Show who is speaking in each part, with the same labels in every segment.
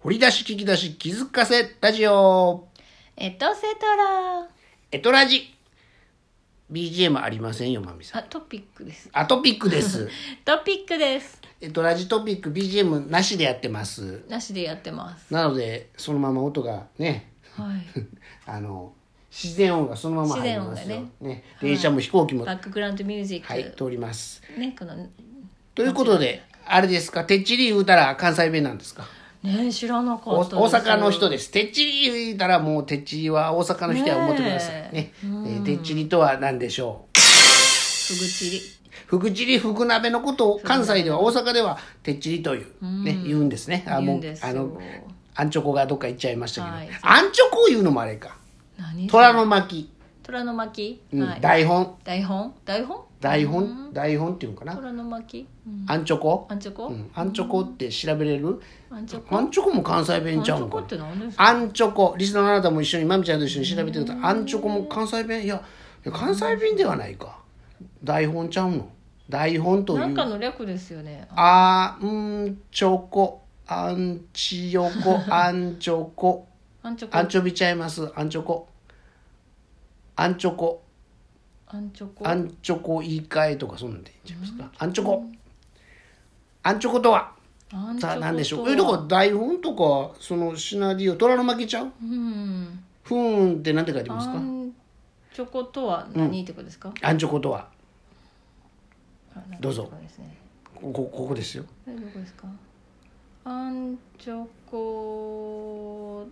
Speaker 1: 掘り出し聞き出し気づかせラジオ
Speaker 2: エトセトラ
Speaker 1: エトラジ BGM ありませんよまみさん
Speaker 2: あトピックです
Speaker 1: あトピックです
Speaker 2: トピックです
Speaker 1: エトラジトピック BGM なしでやってます
Speaker 2: なしでやってます
Speaker 1: なのでそのまま音がね
Speaker 2: はい
Speaker 1: あの自然音がそのまま入りますよ、
Speaker 2: 自然
Speaker 1: ね電車も飛行機も、
Speaker 2: バックグラウンドミュージック、
Speaker 1: はい、通ります
Speaker 2: ねこのね
Speaker 1: ということであれですかてっちり言うたら関西弁なんですか
Speaker 2: 知らなか
Speaker 1: お大
Speaker 2: ったです
Speaker 1: 阪の人です。てっちり言ったらもうてっちりは大阪の人は思ってくださいね。
Speaker 2: ね
Speaker 1: えーてっちりとは何でしょう。
Speaker 2: ふぐちり
Speaker 1: ふくちり、ふく鍋のことを関西では大阪ではてっちりという、ね、言うんですね。あ、
Speaker 2: 言う
Speaker 1: も
Speaker 2: ん
Speaker 1: う
Speaker 2: で、すよ
Speaker 1: あの、アンチョコがどっか行っちゃいましたけど。
Speaker 2: はい
Speaker 1: アンチョコを言うのもあれか。
Speaker 2: 何それ
Speaker 1: 虎の巻、
Speaker 2: 虎の巻、
Speaker 1: うん
Speaker 2: はい
Speaker 1: 台本、
Speaker 2: 台本台本
Speaker 1: 台本、台本っていうのかな。
Speaker 2: 虎の巻、うん、
Speaker 1: アンチョコ
Speaker 2: アンチョコ、
Speaker 1: うんアンチョコって調べれる
Speaker 2: アンチョコ
Speaker 1: アンチョコも関西
Speaker 2: アン
Speaker 1: 弁
Speaker 2: チ
Speaker 1: ちゃう
Speaker 2: ョ
Speaker 1: んか
Speaker 2: コっ
Speaker 1: な
Speaker 2: て何ですか
Speaker 1: アンチョコリスナーのあなたも一緒にまみちゃんと一緒に調べてくださいアンチョコも関西弁いやいや関西弁ではないか台本ちゃうの台本とい
Speaker 2: なん
Speaker 1: う
Speaker 2: かの略ですよね
Speaker 1: あんチョコアンチヨコ アンチョコ
Speaker 2: アンチョコ
Speaker 1: アンチョビちゃいますアンチョコアンチョコ
Speaker 2: アンチョコ
Speaker 1: アンチョコ言い換えとかそんなんで言っちゃいますかアンチョコアンチョコとは
Speaker 2: アンチョ
Speaker 1: さ
Speaker 2: コ
Speaker 1: あ何でしょう
Speaker 2: とは
Speaker 1: えだから台本とかそのシナリオ虎の負けちゃう
Speaker 2: うん
Speaker 1: ふーんってなんて書いてます
Speaker 2: ア
Speaker 1: か
Speaker 2: ンチョコとは何ってことですか、
Speaker 1: アンチョコとは
Speaker 2: あなんか
Speaker 1: どうぞ
Speaker 2: そうですね
Speaker 1: ここここですよ
Speaker 2: えどこですかアンチョコ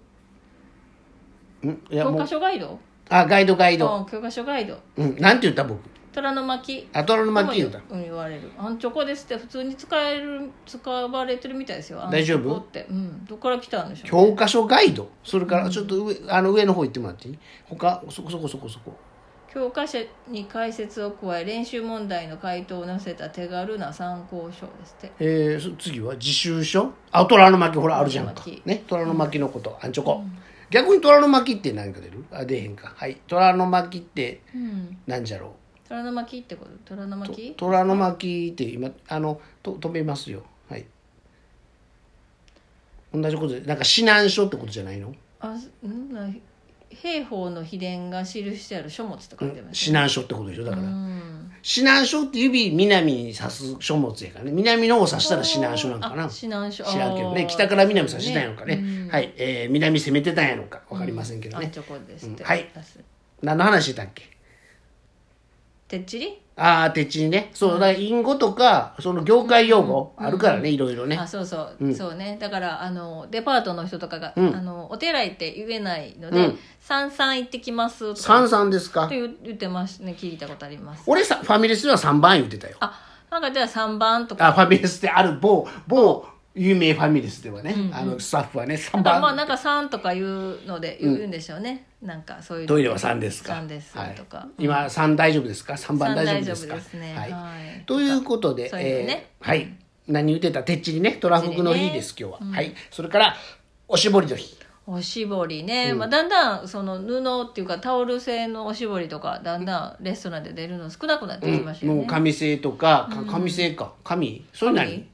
Speaker 1: んいや
Speaker 2: 教
Speaker 1: も
Speaker 2: 科
Speaker 1: う
Speaker 2: 書ガイド
Speaker 1: あガイドガイド、
Speaker 2: うん教科書ガイド
Speaker 1: うん、なんて言った僕
Speaker 2: 虎の巻
Speaker 1: アトラの巻き言った
Speaker 2: とも言ううん言われるアンチョコですって普通に使える使われてるみたいですよアンチ
Speaker 1: 大丈
Speaker 2: ョ
Speaker 1: 夫
Speaker 2: コってうんどこから来たんでしょう
Speaker 1: 教科書ガイドそれからちょっと上,、あの上の方行ってもらっていい他そこそこそこそこ
Speaker 2: 教科書に解説を加え練習問題の回答を載せた手軽な参考書ですって
Speaker 1: えー、そ次は自習書あ虎の巻きほらあるじゃんか
Speaker 2: 虎の巻
Speaker 1: ね虎の巻きのこと、アンチョコ、逆に虎の巻きって何か出るあ出えへんかはい虎の巻きって
Speaker 2: うん
Speaker 1: 何じゃろ
Speaker 2: 虎の巻ってこと虎の
Speaker 1: うと
Speaker 2: 巻
Speaker 1: 虎の巻きって今あのと止めますよはい同じことでなんか指南書ってことじゃないの
Speaker 2: あすんな兵法の秘伝が記してある書物とか書いてます
Speaker 1: 指南書ってことでしょだから、
Speaker 2: うん
Speaker 1: 指南書って指南に指す書物やからね南の方を指したら指南書なんか
Speaker 2: あ
Speaker 1: な
Speaker 2: 指南書
Speaker 1: 知らんけど
Speaker 2: あ
Speaker 1: ね
Speaker 2: ー
Speaker 1: 北から南指したんやろかね
Speaker 2: うん
Speaker 1: はい、えー南攻めてたんやろか分かりませんけど
Speaker 2: アン
Speaker 1: ね、
Speaker 2: チョコですって、
Speaker 1: うんはい何の話だっけ
Speaker 2: てっちり
Speaker 1: ああてっちにねそうだから隠語とかその業界用語あるからねいろいろね
Speaker 2: あそうそう、そうねだからあのデパートの人とかが、
Speaker 1: うん
Speaker 2: あのお寺行って言えないの
Speaker 1: う
Speaker 2: で
Speaker 1: ん
Speaker 2: 「三、々行ってきます」とか
Speaker 1: 三三ですか
Speaker 2: って言言ってますね聞いたことあります
Speaker 1: 俺さファミレスでは3番言ってたよ
Speaker 2: あなんかでは3番とか
Speaker 1: あファミレスである某某有名ファミレスではね、あのスタッフはね
Speaker 2: な
Speaker 1: 3
Speaker 2: んかまあ
Speaker 1: 番
Speaker 2: なんか3とか言うので言うんでしょうね、なんかそういう
Speaker 1: トイレは3ですか
Speaker 2: 3です
Speaker 1: はい
Speaker 2: とか、
Speaker 1: 今3大丈夫ですか3番大丈夫ですか
Speaker 2: 三大丈夫ですね
Speaker 1: はい
Speaker 2: はい
Speaker 1: ということで
Speaker 2: そういうのね
Speaker 1: えーはい何言ってたてっちりねトラフグの日です今日は、はいそれからおしぼりの日
Speaker 2: おしぼりね、まあ、だんだんその布っていうかタオル製のおしぼりとかだんだんレストランで出るの少なくなってきましたよ
Speaker 1: もう
Speaker 2: ね、
Speaker 1: 紙製とかか紙製か紙それ何
Speaker 2: なん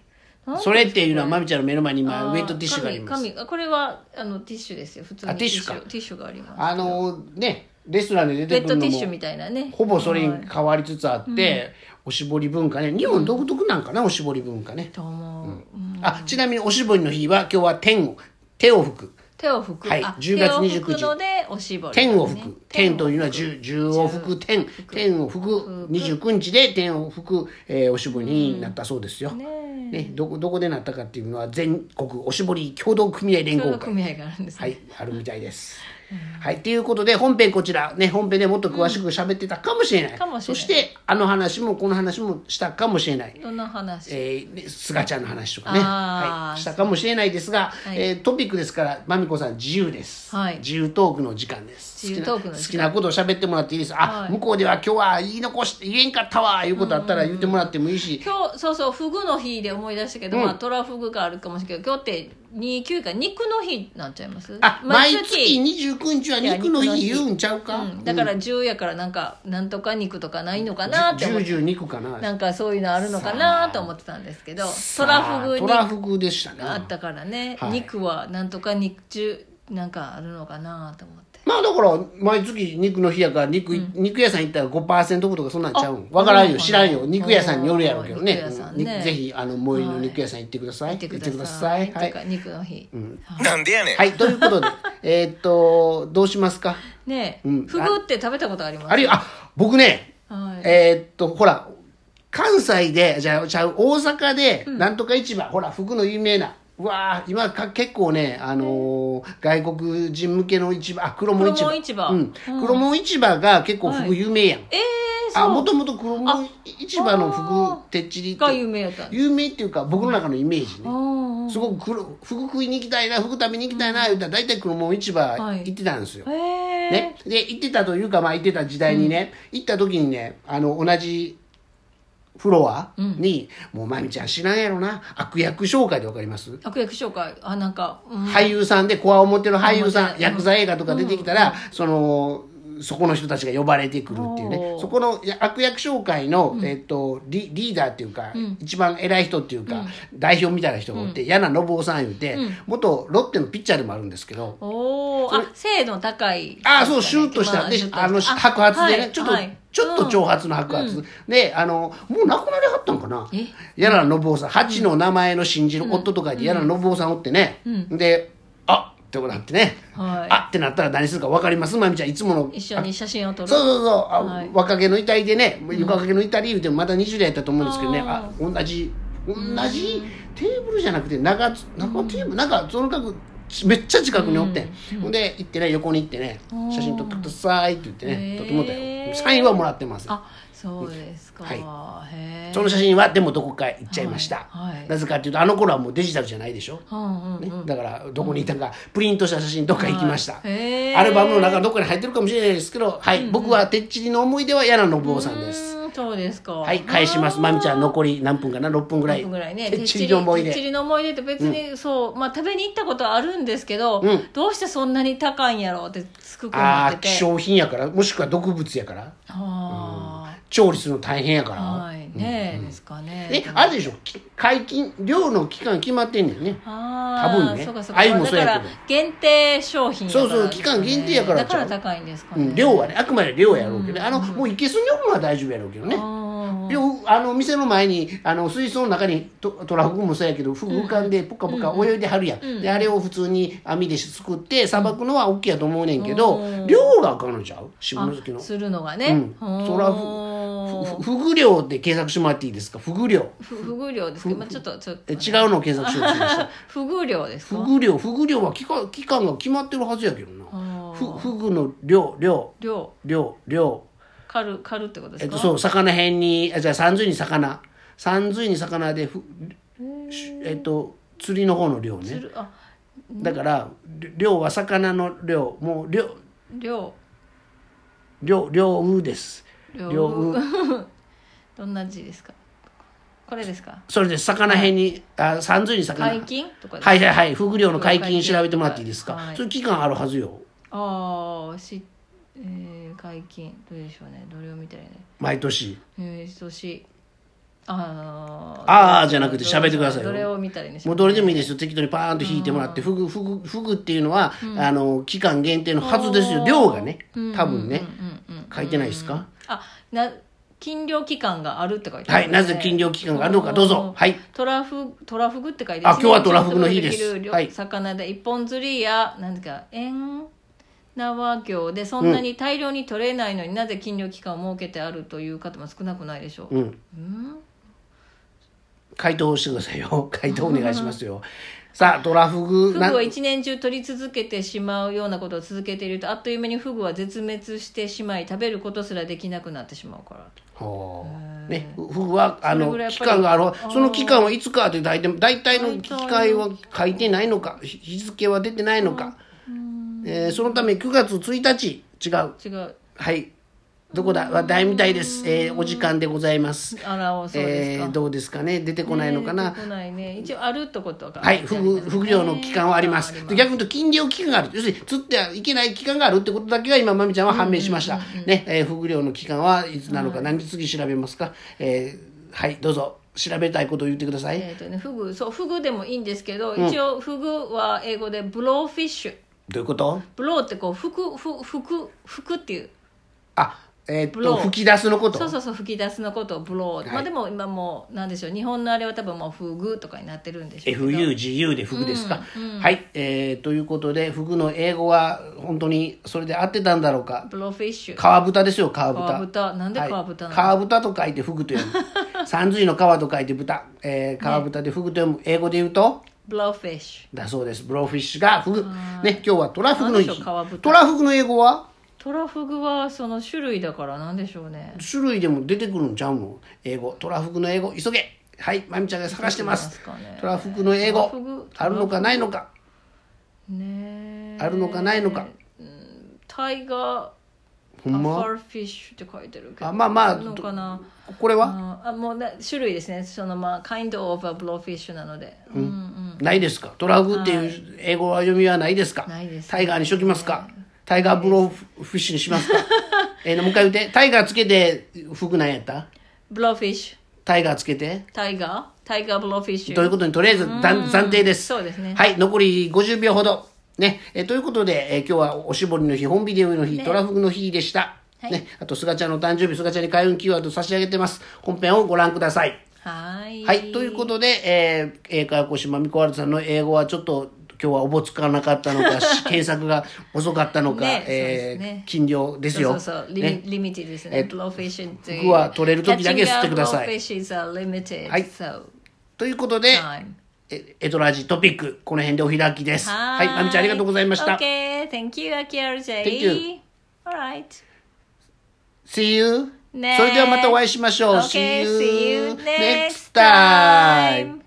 Speaker 1: それっていうのはまみちゃんの目の前に
Speaker 2: あ
Speaker 1: 今
Speaker 2: ー
Speaker 1: ウェットティッシュがあります
Speaker 2: 紙紙あこれはあのティッシュですよ普通
Speaker 1: あ
Speaker 2: に
Speaker 1: ティッシュか
Speaker 2: ティッシュがあります
Speaker 1: あのねレストランで出
Speaker 2: ウェ
Speaker 1: て
Speaker 2: ッ
Speaker 1: くる
Speaker 2: トテ
Speaker 1: の
Speaker 2: ィッシュ
Speaker 1: も
Speaker 2: みたいなね
Speaker 1: ほぼそれ
Speaker 2: は
Speaker 1: に
Speaker 2: い
Speaker 1: 変わりつつあって、おしぼり文化ね日本独特なんかな、おしぼり文化ね
Speaker 2: と思う、うん
Speaker 1: あちなみにおしぼりの日は今日は天を手を拭く
Speaker 2: 手を拭く、
Speaker 1: はい
Speaker 2: あ
Speaker 1: 10月
Speaker 2: 手を
Speaker 1: 29
Speaker 2: 拭くのでおしぼり、
Speaker 1: 天を吹く。天と
Speaker 2: を
Speaker 1: いうのは十十を吹く天。天を吹く。二十九日で天を吹く、えーおしぼりになったそうですよ。
Speaker 2: ねえ
Speaker 1: ね、どこどこでなったかっていうのは全国おしぼり協同組合連
Speaker 2: 共
Speaker 1: 合
Speaker 2: 同
Speaker 1: 会。
Speaker 2: 組合があるんです
Speaker 1: は
Speaker 2: ね、
Speaker 1: い、あるみたいです。はい、ということで本編こちら、ね、本編でもっと詳しく喋ってたかもしれない。
Speaker 2: かもし
Speaker 1: そ
Speaker 2: れない
Speaker 1: してあの話もこの話もしたかもしれない。
Speaker 2: どんな話、
Speaker 1: えー、ね菅ちゃんの話とかね、
Speaker 2: あー
Speaker 1: はい、したかもしれないですが、
Speaker 2: い
Speaker 1: えートピックですからまみこさん自由です、
Speaker 2: はい
Speaker 1: 自由トークの時間です
Speaker 2: 自由トークの時間
Speaker 1: 好きな好きなことを喋ってもらっていいですあ、
Speaker 2: はい
Speaker 1: 向こうでは今日は言い残して言えんかったわいうことあったら言ってもらってもいいし、
Speaker 2: 今日そうそうフグの日で思い出したけど、まあ、トラフグがあるかもしれないけど今日って29か肉の日になっちゃいます
Speaker 1: あ毎月29肉んちはい
Speaker 2: や
Speaker 1: 肉の
Speaker 2: 肉の
Speaker 1: 日
Speaker 2: 日
Speaker 1: 言うんちゃうか、
Speaker 2: うん、だから10やからなんかなんとか肉とかないのかなって思っ
Speaker 1: 十
Speaker 2: て
Speaker 1: 十肉かな
Speaker 2: なんかそういうのあるのかなと思ってたんですけどトラフグ
Speaker 1: ト
Speaker 2: に
Speaker 1: ラフグでしたね
Speaker 2: あったからね、
Speaker 1: はい
Speaker 2: 肉はなんとか肉中なんかあるのかなと思って
Speaker 1: まあだから毎月肉の日やから肉,、肉屋さん行ったら5%オフとかそんなんちゃうん
Speaker 2: あ
Speaker 1: わからん
Speaker 2: そうな
Speaker 1: よ
Speaker 2: の
Speaker 1: 知らんよ肉屋さんによるやろうけどね
Speaker 2: 肉屋さんね
Speaker 1: うんぜひあの萌えの肉屋さん行ってください、
Speaker 2: 見てください
Speaker 1: はい
Speaker 2: とか肉の日、
Speaker 3: なんでやねん
Speaker 1: はい、ということでえーっとどうしますか
Speaker 2: ねえ、
Speaker 1: うん
Speaker 2: フグって食べたことあります
Speaker 1: あるいはあ僕ね、
Speaker 2: はい
Speaker 1: えーっとほら関西でじゃあじゃあ大阪でなんとか市場、ほら服の有名なうわー今か結構ね、あのー外国人向けの市場あ黒門市場
Speaker 2: 黒門市場
Speaker 1: うん
Speaker 2: うん
Speaker 1: 黒門市場が結構服
Speaker 2: はい
Speaker 1: 有名やん、
Speaker 2: えー、そう
Speaker 1: あもともと黒門市場の服てっちりって
Speaker 2: が有名やったんです
Speaker 1: 有名っていうか僕の中のイメージね、
Speaker 2: あ
Speaker 1: すごく黒服食いに行きたいな服食べに行きたいな言うたら大体黒門市場行ってたんですよ、
Speaker 2: あへえ
Speaker 1: ね、で行ってたというか、まあ、行ってた時代にね、行った時にねあの同じフロアに、もうまみちゃん知らんやろな悪役紹介でわかります、
Speaker 2: 悪役紹介あなんか、うん
Speaker 1: 俳優さんでコアを持ってる俳優さん
Speaker 2: うん
Speaker 1: ヤクザ映画とか出てきたら、そのそこの人たちが呼ばれてくるっていうね
Speaker 2: おー
Speaker 1: そこのや悪役紹介の、えっとリリーダーっていうか、一番偉い人っていうか、代表みたいな人がおって、矢名信夫さん言うて、元ロッテのピッチャーでもあるんですけど、
Speaker 2: おおあ精度高い
Speaker 1: ああ、そう、シューッとした。
Speaker 2: ま
Speaker 1: で
Speaker 2: シュッ、と
Speaker 1: あの、白髪でね、
Speaker 2: はい
Speaker 1: ちょっと
Speaker 2: はい、
Speaker 1: ちょっと
Speaker 2: うん
Speaker 1: 長髪の白髪。で、あの、もう亡くなりはったんかな
Speaker 2: え
Speaker 1: やらのぼうさん、八の名前の信じる夫とかで、やらのぼうさんおってね。で、あってなってね。
Speaker 2: はい
Speaker 1: あってなったら何するか分かりますまみちゃん、いつもの。
Speaker 2: 一緒に写真を撮
Speaker 1: そう
Speaker 2: る
Speaker 1: そうそう、あ
Speaker 2: はい
Speaker 1: 若気の至りでね、床掛けの至り言うてもまだ20代やったと思うんですけどね、あ
Speaker 2: あ
Speaker 1: 同じ、同じテーブルじゃなくて、中、中テーブル、なんか、その角、めっちゃ近くにおってん。ほんで、行ってね、横に行ってね、
Speaker 2: うん
Speaker 1: 写真撮ってくださいって言ってね
Speaker 2: へ、ー
Speaker 1: 撮ってもらったよ。サインはもらってます。
Speaker 2: あそうですか、へえ
Speaker 1: その写真は、でもどこか行っちゃいました。
Speaker 2: はいはい
Speaker 1: なぜかっていうと、あの頃はもうデジタルじゃないでしょ。
Speaker 2: うんうん
Speaker 1: ねだからどこにいたかプリントした写真どっか行きました、
Speaker 2: はいへー
Speaker 1: アルバムの中のどっかに入ってるかもしれないですけど、はい僕はてっちりの思い出は柳信夫さんです
Speaker 2: うーんそうですか
Speaker 1: はい返しますまみちゃん残り何分かな6分ぐらい
Speaker 2: 僕ぐらいね
Speaker 1: てっちりの思い
Speaker 2: てっち
Speaker 1: 出
Speaker 2: りの思い出って別に、そうまあ食べに行ったことはあるんですけど、
Speaker 1: うん
Speaker 2: どうしてそんなに高いんやろうってつくく
Speaker 1: あ
Speaker 2: な
Speaker 1: あ
Speaker 2: ってて
Speaker 1: 希少品やからもしくは毒物やから
Speaker 2: あ
Speaker 1: 調理するの大変やか
Speaker 2: ー
Speaker 1: ら、
Speaker 2: はいねえ、ですかね
Speaker 1: えあれでしょき解禁量の期間決まってんねんね
Speaker 2: あ
Speaker 1: 多
Speaker 2: ー
Speaker 1: 分ね
Speaker 2: そうかそう
Speaker 1: あ
Speaker 2: か
Speaker 1: ゆもそうやけど
Speaker 2: だから限定商品やから
Speaker 1: そうそう期間限定やから
Speaker 2: だから高いんですか
Speaker 1: う
Speaker 2: ね、
Speaker 1: ん量はねあくまで量やろうけど、ねあのもういけすにおるのは大丈夫やろうけどね
Speaker 2: あ
Speaker 1: であの店の前にあの水槽の中にトトラフグもそうやけどフグ浮かんでポカポカ泳いではるやん、であれを普通に網ですくってさばくのは OK やと思うねんけど、
Speaker 2: うん
Speaker 1: 量があかんのちゃう下
Speaker 2: あ
Speaker 1: 関の
Speaker 2: するのが
Speaker 1: う
Speaker 2: ね
Speaker 1: ん、
Speaker 2: うん、
Speaker 1: そらふふフグ量って検索してもらっていいですかフグ量
Speaker 2: ふ不具量ですけど、まあ、ちょっとちょっと
Speaker 1: え違う のを検索しようとしました
Speaker 2: 不具量です
Speaker 1: フ
Speaker 2: か
Speaker 1: グ量フグ量は期間期間が決まってるはずやけどな
Speaker 2: あ
Speaker 1: ふフグの量量
Speaker 2: 量
Speaker 1: 量量
Speaker 2: カルカルってことで
Speaker 1: えっ
Speaker 2: すか、
Speaker 1: と、そう、魚辺に、あじゃあ、三髄に魚。三髄に魚でふ、しえっと、釣りの方の量
Speaker 2: す
Speaker 1: ね。
Speaker 2: るあ
Speaker 1: だから、り量は魚の量、もう、量、
Speaker 2: 量
Speaker 1: 量、量うです。
Speaker 2: 量
Speaker 1: 量う。
Speaker 2: どんな字ですかこれですか
Speaker 1: それで、魚辺に、あ、三髄に魚。
Speaker 2: 解禁とかですか
Speaker 1: はいはいはい、フグ量の解禁調べてもらっていいですか。
Speaker 2: はい
Speaker 1: それ期間あるはずよ。
Speaker 2: ああし、えー、解禁どうでしょうねどれを見たらいいね
Speaker 1: 毎年。
Speaker 2: えー、そしあ
Speaker 1: あー
Speaker 2: どれ
Speaker 1: じゃなくて喋ってくださいよ
Speaker 2: どれを見たらいいんでしょ
Speaker 1: もうどれでもいいですよ。適当にパーンと引いてもらって、フグ、フグ、フグっていうのは、あの、期間限定のはずですよ。量がね、多分ね、書いてないですか。
Speaker 2: あな禁漁期間があるって書いてあ
Speaker 1: は
Speaker 2: る
Speaker 1: い、なぜ禁漁期間があるのか、どうぞ。はい。
Speaker 2: トラフトラフグって書いて
Speaker 1: あ今日はトラフグの日です
Speaker 2: 一年に一度きる
Speaker 1: はい
Speaker 2: 魚で一本釣りやなんですか縁縄業でそんなに大量に取れないのに、なぜ禁漁期間を設けてあるという方も少なくないでしょう、
Speaker 1: うん。回答してくださいよ。回答お願いしますよ。さあ、トラフグ、
Speaker 2: フ
Speaker 1: な
Speaker 2: グは一年中取り続けてしまうようなことを続けているとあっという間にフグは絶滅してしまい食べることすらできなくなってしまうから
Speaker 1: ほうね、フグは、あ
Speaker 2: それ
Speaker 1: の
Speaker 2: ぐら、いやっ
Speaker 1: 期
Speaker 2: ぱり
Speaker 1: 間がある。その期間はいつかって大体、大体の
Speaker 2: 大
Speaker 1: 機
Speaker 2: 体の
Speaker 1: 会は書いてないのか、ひ日付は出てないのか。えーそのため9月1日、違う。
Speaker 2: 違う
Speaker 1: はい。
Speaker 2: う
Speaker 1: どこだ話題みたいです、えーお時間でございます
Speaker 2: あらそうです
Speaker 1: え
Speaker 2: か、
Speaker 1: ーどうですかね出てこないのかな、
Speaker 2: ね出てこないね一応あるってことが
Speaker 1: はい、副副業の期間はあります。で逆に
Speaker 2: 逆
Speaker 1: 言うと禁漁期間がある。要するに釣ってはいけない期間があるってことだけが今まみちゃんは判明しました。ね、えー副業の期間はいつなのか、何日次調べますか。えーはいどうぞ調べたいことを言ってください。
Speaker 2: えっ、とねフグそうフグでもいいんですけど、一応フグは英語でブローフィッシュ
Speaker 1: どういうこと？
Speaker 2: ブローってこう吹くふ吹く吹くっていう
Speaker 1: あえーっ
Speaker 2: ブロ
Speaker 1: と
Speaker 2: ー
Speaker 1: 吹き出すのこと。
Speaker 2: そうそうそう吹き出すのことをブロー、まあでも今もうなんでしょう日本のあれは多分もうフグとかになってるんでしょうけど
Speaker 1: FUGU で服ですか、はい、えー、ということで服の英語は本当にそれで合ってたんだろうか
Speaker 2: ブローフィッシュ
Speaker 1: 皮豚ですよ皮豚
Speaker 2: 川豚なんで川豚なの、
Speaker 1: はい、皮豚と書いてフグと読 む三髄の皮と書いて豚、えー、皮豚でフグと読む、英語で言うと
Speaker 2: ブローフィッシュ
Speaker 1: だそうですブローフィッシュがフグね今日はトラフグの日
Speaker 2: なんでしょう皮豚
Speaker 1: トラフグの英語は
Speaker 2: トラフグはその種類だからなんでしょうね
Speaker 1: 種類でも出てくるんちゃうの英語トラフグの英語急げはいまみちゃんが探してます
Speaker 2: 出てきますかね
Speaker 1: トラフグの英語
Speaker 2: トラフグ
Speaker 1: あるのかないのか
Speaker 2: ねえ
Speaker 1: あるのかないのか
Speaker 2: タイガー
Speaker 1: ほん
Speaker 2: バッ
Speaker 1: ま
Speaker 2: ファルフィッシュって書いてるけど
Speaker 1: あまあまあ
Speaker 2: のかな
Speaker 1: これは、
Speaker 2: ああもうね種類ですねそのまあ kind of a blowfish なので、うんうん、
Speaker 1: ないですかトラフグっていう英語は読みはないですか、
Speaker 2: ないですね
Speaker 1: タイガーにしときますかタイガーブローフィッシュにしますかえーもう一回言ってタイガーつけて服なんやった
Speaker 2: ブローフィッシュ
Speaker 1: タイガーつけて
Speaker 2: タイガータイガーブローフィッシュ
Speaker 1: ということにとりあえず暫暫定です
Speaker 2: そうですね
Speaker 1: はい残り50秒ほどねえーということで、えー今日はおしぼりの日本ビデオの日、トラフグの日でした、
Speaker 2: はい
Speaker 1: ね、あとすがちゃんの誕生日すがちゃんに開運キーワード差し上げてます本編をご覧ください
Speaker 2: はい
Speaker 1: はい、ということで、えー、英会話講師まみこはるさんの英語はちょっと今日はおぼつかなかったのか、 し検索が遅かったのか、
Speaker 2: ね
Speaker 1: え
Speaker 2: そうですね
Speaker 1: ー、禁量です
Speaker 2: そう
Speaker 1: よ。
Speaker 2: そうそうリ,、
Speaker 1: ね、
Speaker 2: リミティです
Speaker 1: え
Speaker 2: ね
Speaker 1: っと
Speaker 2: ブローフィッシュっていう
Speaker 1: 服は取れる時だけ吸ってください
Speaker 2: Catching a blowfish is a limited
Speaker 1: はい
Speaker 2: so
Speaker 1: ということで、
Speaker 2: time
Speaker 1: えエトラジトピック、この辺でお開きです。はい、まみちゃんありがとうございました。
Speaker 2: Okay thank you アキアル J
Speaker 1: Thank you
Speaker 2: alright
Speaker 1: See you!
Speaker 2: ね
Speaker 1: それではまたお会いしましょう。
Speaker 2: Okay see you next
Speaker 1: next time!
Speaker 2: time